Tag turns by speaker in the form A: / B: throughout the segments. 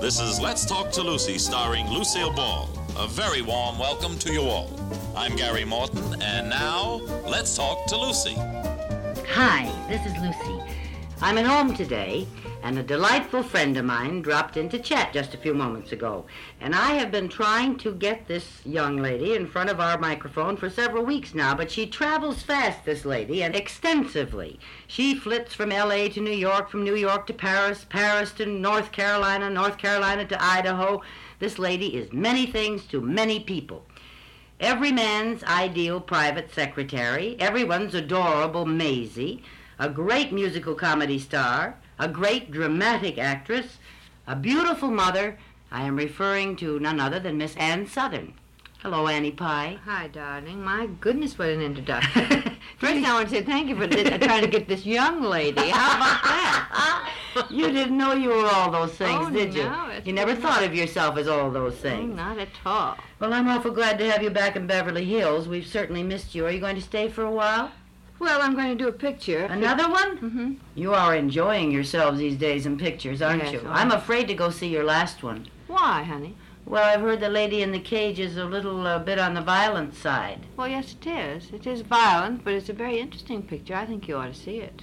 A: This is Let's Talk to Lucy, starring Lucille Ball. A very warm welcome to you all. I'm Gary Morton, and now let's talk to Lucy.
B: Hi, this is Lucy. I'm at home today, and a delightful friend of mine dropped in to chat just a few moments ago. And I have been trying to get this young lady in front of our microphone for several weeks now, but she travels fast, this lady, and extensively. She flits from L.A. to New York, from New York to Paris, Paris to North Carolina, North Carolina to Idaho. This lady is many things to many people. Every man's ideal private secretary, everyone's adorable Maisie, a great musical comedy star, a great dramatic actress, a beautiful mother. I am referring to none other than Miss Anne Southern. Hello, Annie Pie.
C: Hi, darling. My goodness, what an introduction. First,
B: First,
C: I want to say thank you for di- trying to get this young lady. How about that?
B: you didn't know you were all those things,
C: Oh,
B: did you?
C: no, it's
B: you never
C: not-
B: thought of yourself as all those
C: Oh,
B: things.
C: Not at all.
B: Well, I'm awful glad to have you back in Beverly Hills. We've certainly missed you. Are you going to stay for a while?
C: Well, I'm going to do a picture.
B: Another one?
C: Mm-hmm.
B: You are enjoying yourselves these days in pictures, aren't
C: Yes,
B: you?
C: I
B: I'm
C: am.
B: afraid to go see your last one.
C: Why, honey?
B: Well, I've heard the lady in the cage is a little uh, bit on the violent side.
C: Well, yes, it is. It is violent, but it's a very interesting picture. I think you ought to see it.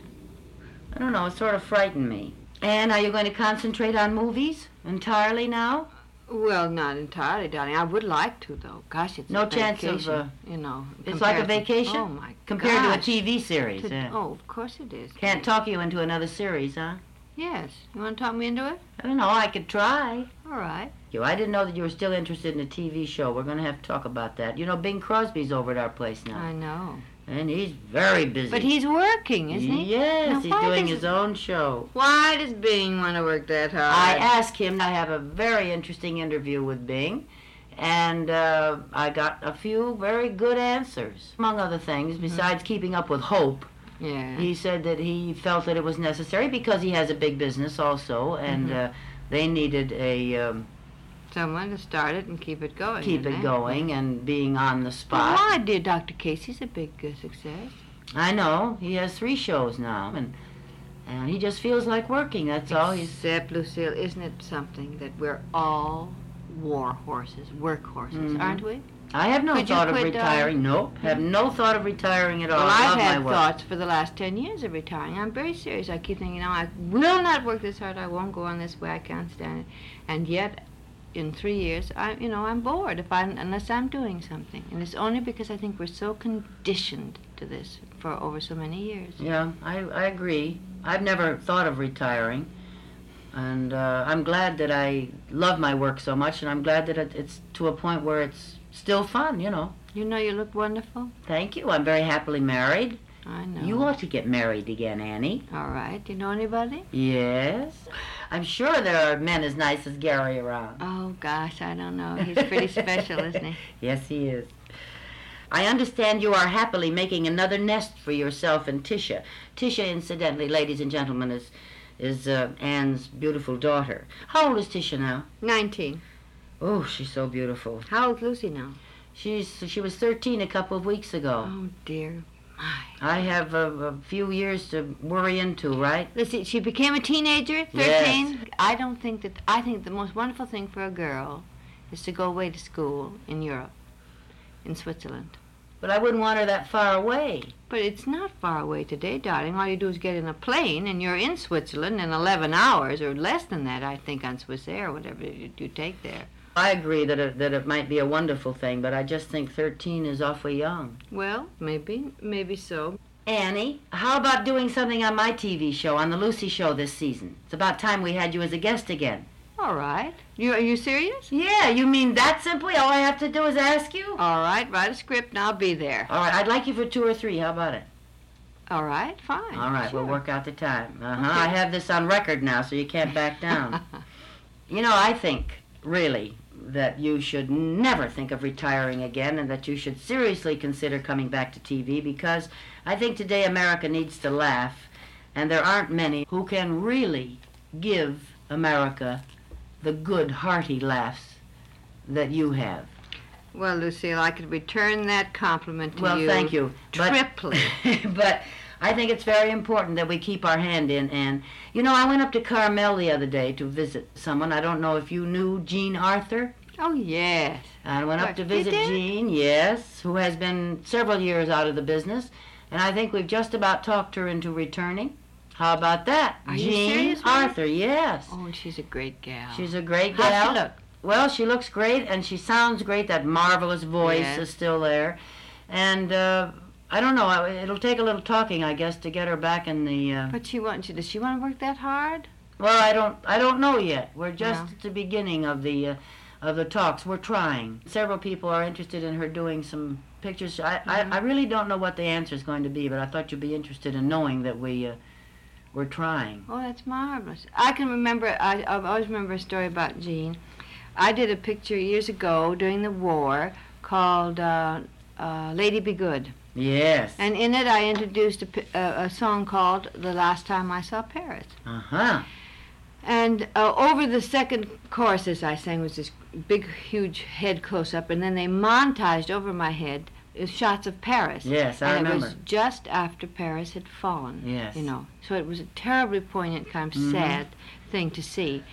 B: I don't know, it sort of frightened me. Anne, are you going to concentrate on movies entirely now?
C: Well, not entirely, darling. I would like to, though. Gosh, it's
B: No
C: a
B: chance of,
C: vacation,
B: uh,
C: you know.
B: it's like a
C: comparison-
B: vacation
C: Oh my
B: Compared
C: gosh.
B: to a TV series.
C: To-
B: yeah.
C: Oh, of course it is.
B: Can't talk you into another series, huh?
C: Yes. You want to talk me into it?
B: I don't know, I could try.
C: All right.
B: You, I didn't know that you were still interested in a TV show. We're going to have to talk about that. You know, Bing Crosby's over at our place now,
C: I know.
B: and he's very busy.
C: But he's working, isn't he? Now,
B: Yes, he's
C: why
B: doing
C: does-
B: his own show.
C: Why does Bing want to work that hard?
B: I asked him. I have a very interesting interview with Bing, and uh, I got a few very good answers. Among other things, besides keeping up with hope,
C: yeah.
B: he said that he felt that it was necessary because he has a big business also, and uh, they needed a um,
C: Someone to start it and keep it going.
B: keep
C: didn't
B: it
C: they?
B: going and being on the
C: But
B: spot.
C: why, dear Dr. Casey's a big uh, success.
B: I know he has three shows now, and and he just feels like working. That's all. He's
C: Except, Lucille, isn't it something that we're all war horses, work horses,
B: Mhm.
C: aren't we?
B: I have no
C: Could you
B: thought of
C: quit, darling?
B: retiring. Nope, have no thought of retiring at all. Oh,
C: well,
B: I
C: I've
B: love
C: had
B: my work.
C: thoughts for the last ten years of retiring. I'm very serious. I keep thinking, you know, I will not work this hard. I won't go on this way. I can't stand it. And yet, in three years, I, you know, I'm bored if I'm unless I'm doing something. And it's only because I think we're so conditioned to this for over so many years.
B: Yeah, I, I agree. I've never thought of retiring. And uh, I'm glad that I love my work so much, and I'm glad that it, it's to a point where it's still fun, you know.
C: You know, you look wonderful.
B: Thank you. I'm very happily married.
C: I know.
B: You ought to get married again, Annie.
C: All right. Do you know anybody?
B: Yes. I'm sure there are men as nice as Gary around.
C: Oh gosh, I don't know. He's pretty special, isn't he?
B: Yes, he is. I understand you are happily making another nest for yourself and Tisha. Tisha, incidentally, ladies and gentlemen, is is uh, Anne's beautiful daughter. How old is Tisha now?
C: Nineteen.
B: Oh, she's so beautiful.
C: How old's Lucy now?
B: She's she was 13 a couple of weeks ago.
C: Oh dear. My.
B: I have a, a few years to worry into, right?
C: Listen, she became a teenager, 13.
B: Yes.
C: I don't think that, I think the most wonderful thing for a girl is to go away to school in Europe, in Switzerland.
B: But I wouldn't want her that far away.
C: But it's not far away today, darling. All you do is get in a plane, and you're in Switzerland in 11 hours, or less than that, I think, on Swiss Air, whatever you, you take there.
B: I agree that it, that it might be a wonderful thing, but I just think 13 is awfully young.
C: Well, maybe, maybe so.
B: Annie, how about doing something on my TV show, on the Lucy show this season? It's about time we had you as a guest again.
C: All right. You, are you serious?
B: Yeah, you mean that simply? All I have to do is ask you?
C: All right, write a script, and I'll be there.
B: All right, I'd like you for two or three. How about it?
C: All right, fine.
B: All right,
C: sure.
B: we'll work out the time. Uh huh.
C: Okay.
B: I have this on record now, so you can't back down. You know, I think, really, that you should never think of retiring again and that you should seriously consider coming back to TV because I think today America needs to laugh, and there aren't many who can really give America the good, hearty laughs that you have.
C: well, Lucille, I could return that compliment to
B: well,
C: you.
B: thank you. But,
C: Triply.
B: but I think it's very important that we keep our hand in. And, you know, I went up to Carmel the other day to visit someone. I don't know if you knew Jean Arthur.
C: Oh, yes.
B: I went up
C: What,
B: to
C: you
B: visit
C: did?
B: Jean, yes, who has been several years out of the business, and I think we've just about talked her into returning. How about that?
C: Are you
B: Jean
C: serious, Mary?
B: Arthur, yes.
C: Oh, and she's a great gal.
B: She's a great
C: How's
B: gal.
C: she look?
B: Well, she looks great and she sounds great. That marvelous voice
C: Yes.
B: is still there. And uh, I don't know, I- it'll take a little talking, I guess, to get her back in the uh,
C: But she wants you. Does she want to work that hard?
B: Well, I don't I don't know yet. We're just at the beginning of the uh, of the talks. We're trying. Several people are interested in her doing some pictures. I,
C: Mhm.
B: I, I really don't know what the answer is going to be, but I thought you'd be interested in knowing that we uh, we're trying.
C: Oh, that's marvelous. I can remember. I I always remember a story about Jean. I did a picture years ago during the war called uh, uh, "Lady Be Good,"
B: Yes.
C: and in it I introduced a, pi- a, a song called "The Last Time I Saw Paris."
B: Uh huh.
C: And uh, over the second chorus, as I sang, was this big, huge head close up, and then they montaged over my head uh, shots of Paris.
B: Yes, I
C: and
B: remember.
C: it was just after Paris had fallen.
B: Yes.
C: You know, so it was a terribly poignant, kind of
B: Mhm.
C: sad thing to see.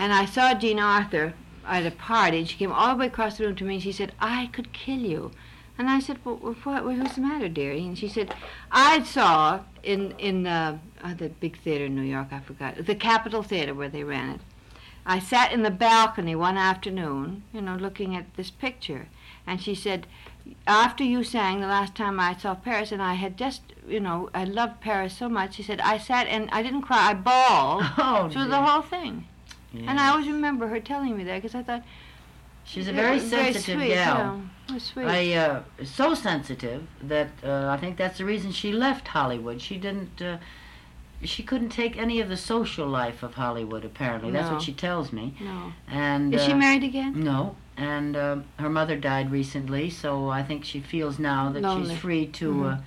C: and I saw Jean Arthur at a party, and she came all the way across the room to me, and she said, "I could kill you." And I said, well, what, what, what's the matter, dearie? And she said, I saw in, in uh, uh, the big theater in New York, I forgot, the Capitol Theater where they ran it. I sat in the balcony one afternoon, you know, looking at this picture. And she said, after you sang the last time I saw Paris, and I had just, you know, I loved Paris so much, she said, I sat and I didn't cry, I bawled
B: Oh,
C: through
B: dear.
C: the whole thing.
B: Yeah.
C: And I always remember her telling me that because I thought,
B: She's a
C: it
B: very
C: was
B: sensitive
C: sweet,
B: gal.
C: yeah, it was sweet.
B: I uh, so sensitive that uh, I think that's the reason she left Hollywood. She didn't. Uh, she couldn't take any of the social life of Hollywood. Apparently, that's
C: No.
B: what she tells me.
C: no.
B: And
C: Is she
B: uh,
C: married again?
B: No. And uh, her mother died recently, so I think she feels now that
C: Lonely. Mm-hmm.
B: she's free to uh,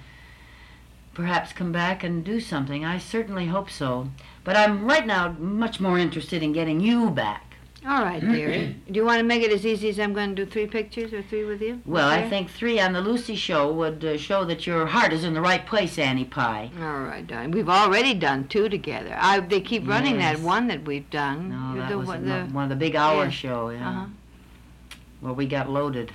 B: perhaps come back and do something. I certainly hope so. But I'm right now much more interested in getting you back.
C: All right, dearie. do you want to make it as easy as I'm going to do three pictures or three with you?
B: Well, I
C: Okay?
B: think three on the Lucy show would uh, show that your heart is in the right place, Annie Pie.
C: All right, darling. We've already done two together. I, they keep running
B: Yes.
C: that one that we've done.
B: No,
C: You-
B: that
C: the
B: was
C: one-
B: mo-
C: the-
B: one of the big hour
C: yeah.
B: show. Yeah.
C: Uh-huh.
B: Well, we got loaded.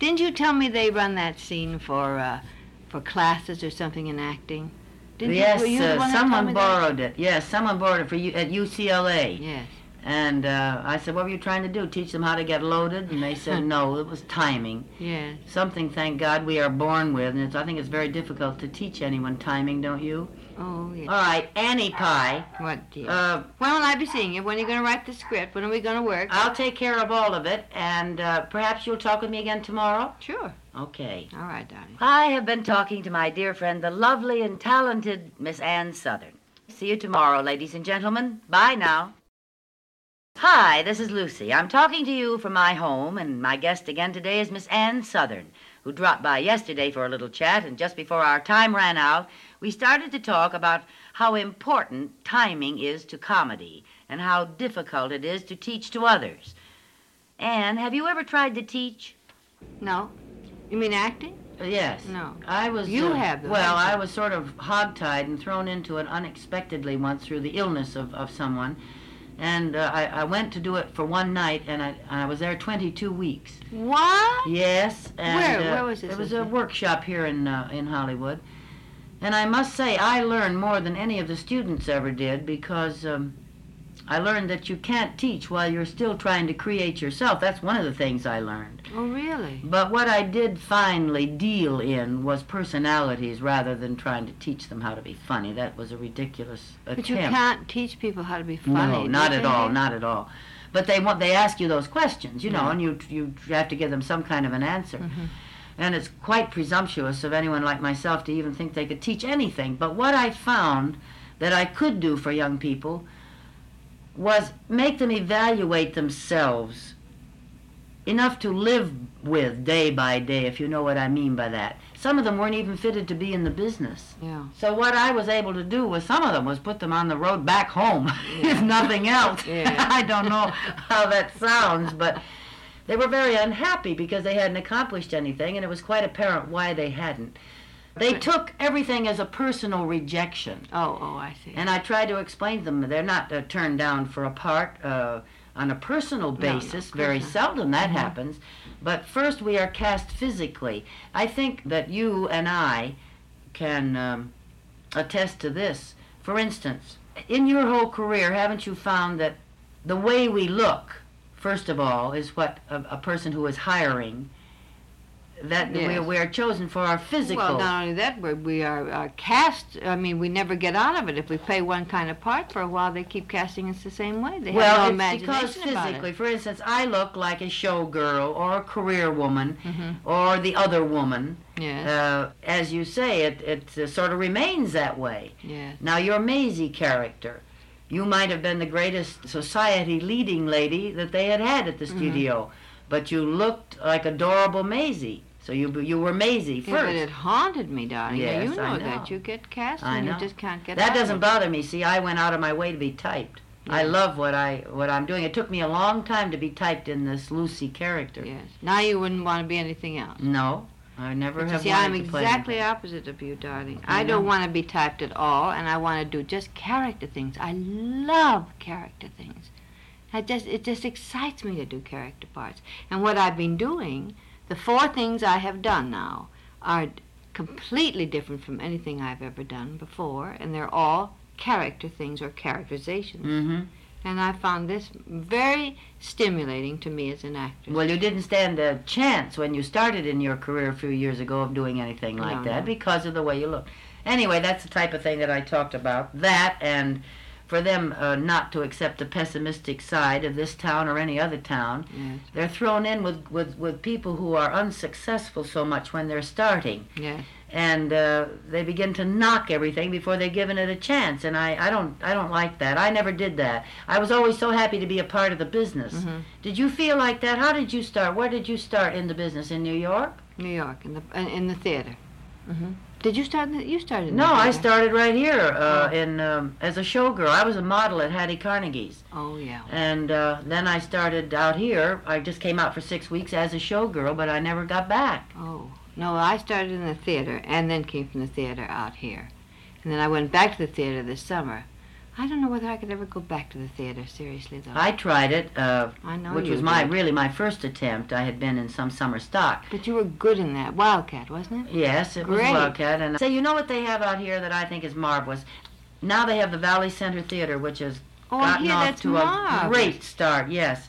C: Didn't you tell me they run that scene for uh, for classes or something in acting? Didn't
B: yes,
C: you, were you the
B: uh,
C: one that told me
B: someone
C: that?
B: borrowed it. Yes, someone borrowed it for you at UCLA.
C: Yes.
B: And uh, I said, "What were you trying to do? Teach them how to get loaded?" And they said, "No, it was timing.
C: Yes.
B: Something, thank God, we are born with." And it's, I think it's very difficult to teach anyone timing, don't you?
C: Oh, yes.
B: All right, Annie Pie.
C: what dear?
B: Uh,
C: when will I be seeing you? When are you going to write the script? When are we going to work?
B: I'll take care of all of it, and uh, perhaps you'll talk with me again tomorrow.
C: sure.
B: Okay.
C: All right, darling.
B: I have been talking to my dear friend, the lovely and talented Miss Ann Southern. See you tomorrow, ladies and gentlemen. Bye now. Hi, this is Lucy. I'm talking to you from my home, and my guest again today is Miss Ann Southern, who dropped by yesterday for a little chat, and just before our time ran out, we started to talk about how important timing is to comedy and how difficult it is to teach to others. Ann, have you ever tried to teach?
C: No. You mean acting?
B: Yes.
C: No.
B: I was.
C: You
B: uh,
C: have them,
B: Well,
C: haven't
B: I
C: you?
B: was sort of hogtied and thrown into it unexpectedly once through the illness of, of someone. And uh, I, I went to do it for one night, and I, I was there 22 weeks.
C: What?
B: Yes. And,
C: Where-
B: uh,
C: where was this,
B: It was
C: Lucy?
B: a workshop here in, uh, in Hollywood. And I must say, I learned more than any of the students ever did because um, I learned that you can't teach while you're still trying to create yourself. That's one of the things I learned.
C: Oh, really?
B: But what I did finally deal in was personalities rather than trying to teach them how to be funny. That was a ridiculous attempt.
C: But you can't teach people how to be funny.
B: no,
C: do
B: not
C: you
B: at all,
C: think?
B: not at all. But they want they ask you those questions, you know,
C: Yeah.
B: and you you have to give them some kind of an answer.
C: Mhm.
B: And it's quite presumptuous of anyone like myself to even think they could teach anything. But what I found that I could do for young people was make them evaluate themselves enough to live with day by day, if you know what I mean by that. Some of them weren't even fitted to be in the business.
C: Yeah.
B: So what I was able to do with some of them was put them on the road back home, if nothing else.
C: Yeah.
B: I don't know how that sounds, but they were very unhappy because they hadn't accomplished anything, and it was quite apparent why they hadn't. They took everything as a personal rejection.
C: Oh, oh, I see.
B: And I tried to explain to them they're not uh, turned down for a part uh, on a personal
C: no, Mm-hmm.
B: basis.
C: of course
B: Very
C: not.
B: seldom that happens. But first, we are cast physically. I think that you and I can um, attest to this. For instance, in your whole career, haven't you found that the way we look, first of all, is what a, a person who is hiring. That
C: Yes.
B: we're, we're chosen for our physical.
C: Well, not only that, we, we are, are cast. I mean, we never get out of it. If we play one kind of part for a while, they keep casting us the same way. They
B: Well,
C: have no
B: it's
C: imagination
B: because
C: about
B: physically,
C: it.
B: for instance, I look like a showgirl or a career woman or the other woman.
C: Mm-hmm. Yes,
B: Uh, as you say, it, it uh, sort of remains that way.
C: yes.
B: Now, your Maisie character, you might have been the greatest society leading lady that they had had at the
C: Mm-hmm.
B: studio, but you looked like adorable Maisie. So you you were Maisie
C: Yeah, but
B: first.
C: it haunted me, darling. Yeah, you
B: Yes,
C: know,
B: I know.
C: that. You get cast
B: I
C: and
B: know.
C: you just can't get
B: that
C: out
B: doesn't
C: of it.
B: bother me. See, I went out of my way to be typed. I
C: Yeah.
B: love what I what I'm doing. It took me a long time to be typed in this Lucy character.
C: Yes. Now you wouldn't want to be anything else.
B: No, I never
C: But you
B: have
C: see,
B: wanted
C: I'm
B: to play
C: exactly
B: anything.
C: opposite of you, darling. I
B: know.
C: don't want to be typed at all, and I want to do just character things. I love character things. I just it just excites me to do character parts. And what I've been doing, the four things I have done now are completely different from anything I've ever done before, and they're all character things or characterizations.
B: Mm-hmm.
C: And I found this very stimulating to me as an actor.
B: Well, you didn't stand a chance when you started in your career a few years ago of doing anything like
C: No,
B: that
C: no.
B: because of the way you look. Anyway, that's the type of thing that I talked about. That and for them uh, not to accept the pessimistic side of this town or any other town,
C: Yes,
B: they're thrown in with, with, with people who are unsuccessful so much when they're starting.
C: yes.
B: and uh, they begin to knock everything before they're given it a chance. And I, I don't I don't like that. I never did that. I was always so happy to be a part of the business.
C: Mhm.
B: Did you feel like that? How did you start? Where did you start in the business? In New York?
C: New York, in the in, in the theater. hmm Did you start? In the, you started? In
B: Mm-hmm. No,
C: Oh. the
B: I
C: theater.
B: started right here uh, in um, as a showgirl. I was a model at Hattie Carnegie's,
C: Oh yeah.
B: and uh, then I started out here. I just came out for six weeks as a showgirl, but I never got back.
C: Oh no, I started in the theater and then came from the theater out here, and then I went back to the theater this summer. I don't know whether I could ever go back to the theater seriously though.
B: I tried it, uh,
C: I know
B: which
C: you
B: was my
C: did.
B: really my first attempt. I had been in some summer stock.
C: But you were good in that Wildcat, wasn't it?
B: Yes, it was
C: Great.
B: Wildcat. And say, you know what they have out here that I think is marvelous? Now they have the Valley Center Theater, which has
C: Oh, I
B: gotten
C: hear
B: off
C: that's
B: to a
C: marvelous.
B: great start. Yes.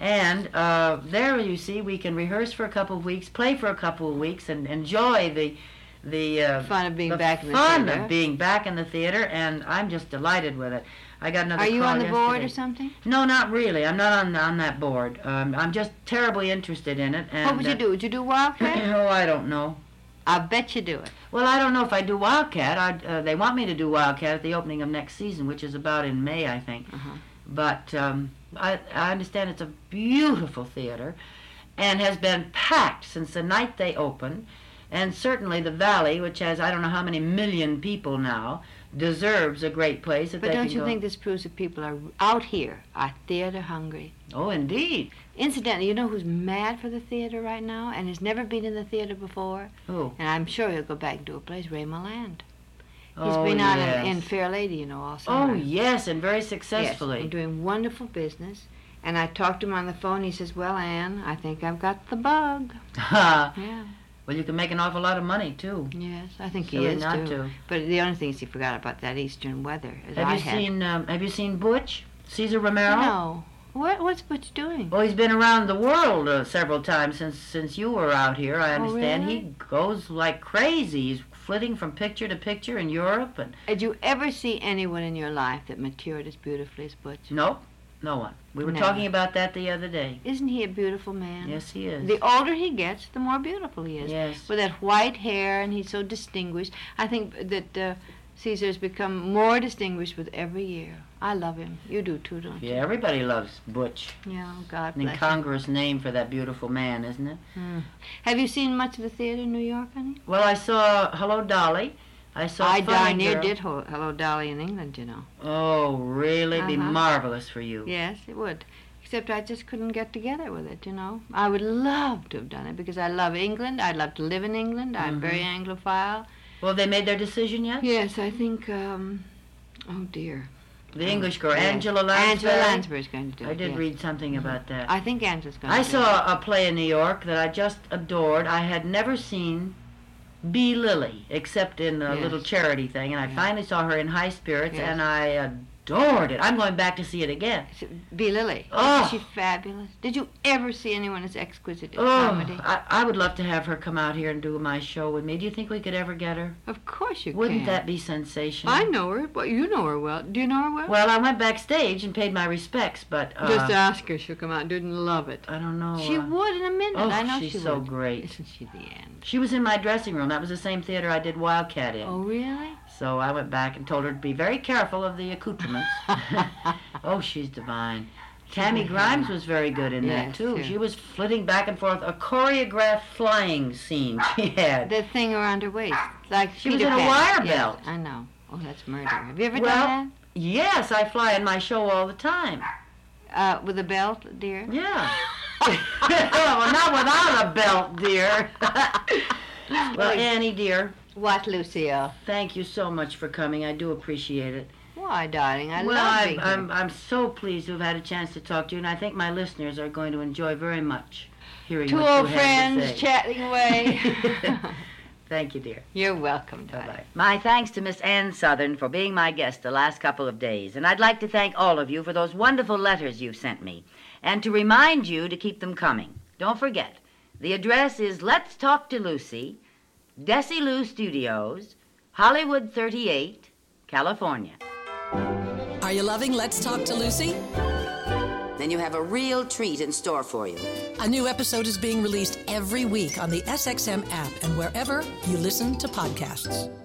B: And uh, there, you see, we can rehearse for a couple of weeks, play for a couple of weeks, and enjoy the the uh,
C: Fun of being
B: the
C: back in the
B: fun
C: theater.
B: of being back in the theater. And I'm just delighted with it. I got another.
C: Are you
B: call
C: on the board
B: yesterday.
C: or something?
B: No, not really. I'm not on on that board. Um, I'm just terribly interested in it. And uh,
C: what would you do? Would you do Wildcat?
B: oh, I don't know.
C: I bet you do it.
B: Well, I don't know if I do Wildcat. I, uh, they want me to do Wildcat at the opening of next season, which is about in May, I think.
C: Uh-huh.
B: But um, I, I understand it's a beautiful theater and has been packed since the night they opened. And certainly the Valley, which has I don't know how many million people now, deserves a great place. That
C: But
B: they
C: don't
B: can
C: you
B: go-
C: think this proves that people are out here are theater hungry?
B: Oh, indeed.
C: Incidentally, you know who's mad for the theater right now and has never been in the theater before?
B: Who?
C: And I'm sure he'll go back to a place, Ray Milland. He's
B: oh,
C: been out
B: yes.
C: in, in Fair Lady, you know, all
B: Oh
C: summer.
B: yes, and very
C: Yes,
B: successfully.
C: and doing wonderful business. And I talked to him on the phone. He says, Well, Anne, I think I've got the bug.
B: well,
C: Yeah.
B: you can make an awful lot of money too.
C: Yes, I think he
B: Silly
C: is
B: not uh,
C: too.
B: to.
C: But the only thing is, he forgot about that eastern weather. As
B: Have
C: I
B: you
C: had.
B: seen um, Have you seen Butch? Caesar Romero?
C: No. What? What's Butch doing?
B: Well, he's been around the world uh, several times since since you were out here. I
C: Oh,
B: understand
C: really?
B: he goes like crazy. He's flitting from picture to picture in Europe, and
C: Did you ever see anyone in your life that matured as beautifully as Butch?
B: nope, no one. We were
C: No.
B: talking about that the other day.
C: Isn't he a beautiful man?
B: Yes, he is.
C: The older he gets, the more beautiful he is.
B: Yes.
C: With that white hair, and he's so distinguished. I think that uh, Caesar's become more distinguished with every year. I love him. You do too, don't
B: yeah, everybody loves Butch.
C: you? Yeah. God
B: An
C: bless. him.
B: incongruous name for that beautiful man, isn't it?
C: Have you seen much of the theater in New York, honey?
B: Well, I saw Hello Dolly. I saw.
C: I
B: Funny
C: darn near
B: Girl.
C: did ho- Hello Dolly in England, you know.
B: Oh, really? Be
C: Uh-huh.
B: marvelous for you.
C: Yes, it would. Except I just couldn't get together with it, you know.
B: Mm-hmm.
C: I would love to have done it because I love England. I love to live in England. I'm very Anglophile.
B: Well, have they made their decision yet?
C: Yes, I think. Um, oh dear.
B: The English girl,
C: Yes.
B: Angela Lansbury.
C: Angela Oh, Lansbury's going to do it.
B: I did
C: yes.
B: read something about that.
C: I think Angela's going.
B: I
C: to do it.
B: saw a play in New York that I just adored. I had never seen Bee Lily except in a
C: Yes.
B: little charity thing, and I
C: Yeah.
B: finally saw her in High Spirits,
C: Yes.
B: and I adored it. I'm going back to see it again.
C: S- Bee Lily.
B: Oh.
C: Isn't she fabulous? Did you ever see anyone as exquisite in
B: Oh,
C: comedy?
B: I, I would love to have her come out here and do my show with me. Do you think we could ever get her?
C: Of course you
B: Wouldn't
C: can.
B: that be sensational?
C: I know her. Well, you know her well. Do you know her well?
B: Well, I went backstage and paid my respects, but uh,
C: Just ask her. She'll come out and do it and love it.
B: I don't know.
C: she
B: uh,
C: would in a minute.
B: oh,
C: I know
B: she's
C: she
B: so
C: would.
B: great.
C: Isn't she the end?
B: She was in my dressing room. That was the same theater I did Wildcat in.
C: Oh, really?
B: So I went back and told her to be very careful of the accoutrements. oh, she's divine. Tammy
C: Mhm.
B: Grimes was very good in that
C: Yes,
B: too.
C: yeah.
B: She was flitting back and forth, a choreographed flying scene she had.
C: The thing around her waist. Like
B: She was
C: Peter
B: in a
C: Pan.
B: wire
C: Yes,
B: belt.
C: I know. Oh, that's murder. Have you ever
B: Well-
C: done
B: Yes, I fly in my show all the time.
C: that? Uh, with a belt, dear?
B: Yeah. well, not without a belt, dear. well, Annie dear,
C: What, Lucille?
B: thank you so much for coming. I do appreciate it.
C: Why, darling, I
B: well,
C: love
B: I'm,
C: being
B: I'm,
C: here.
B: I'm so pleased to have had a chance to talk to you, and I think my listeners are going to enjoy very much hearing
C: Two
B: what
C: old
B: you had to
C: friends
B: say.
C: chatting away.
B: Thank you, dear.
C: You're welcome, darling.
B: My thanks to Miss Ann Southern for being my guest the last couple of days, and I'd like to thank all of you for those wonderful letters you've sent me, and to remind you to keep them coming. Don't forget, the address is Let's Talk to Lucy, Desi Lou Studios, Hollywood 38, California.
D: Are you loving Let's Talk to Lucy?
E: Then you have a real treat in store for you.
D: A new episode is being released every week on the SXM app and wherever you listen to podcasts.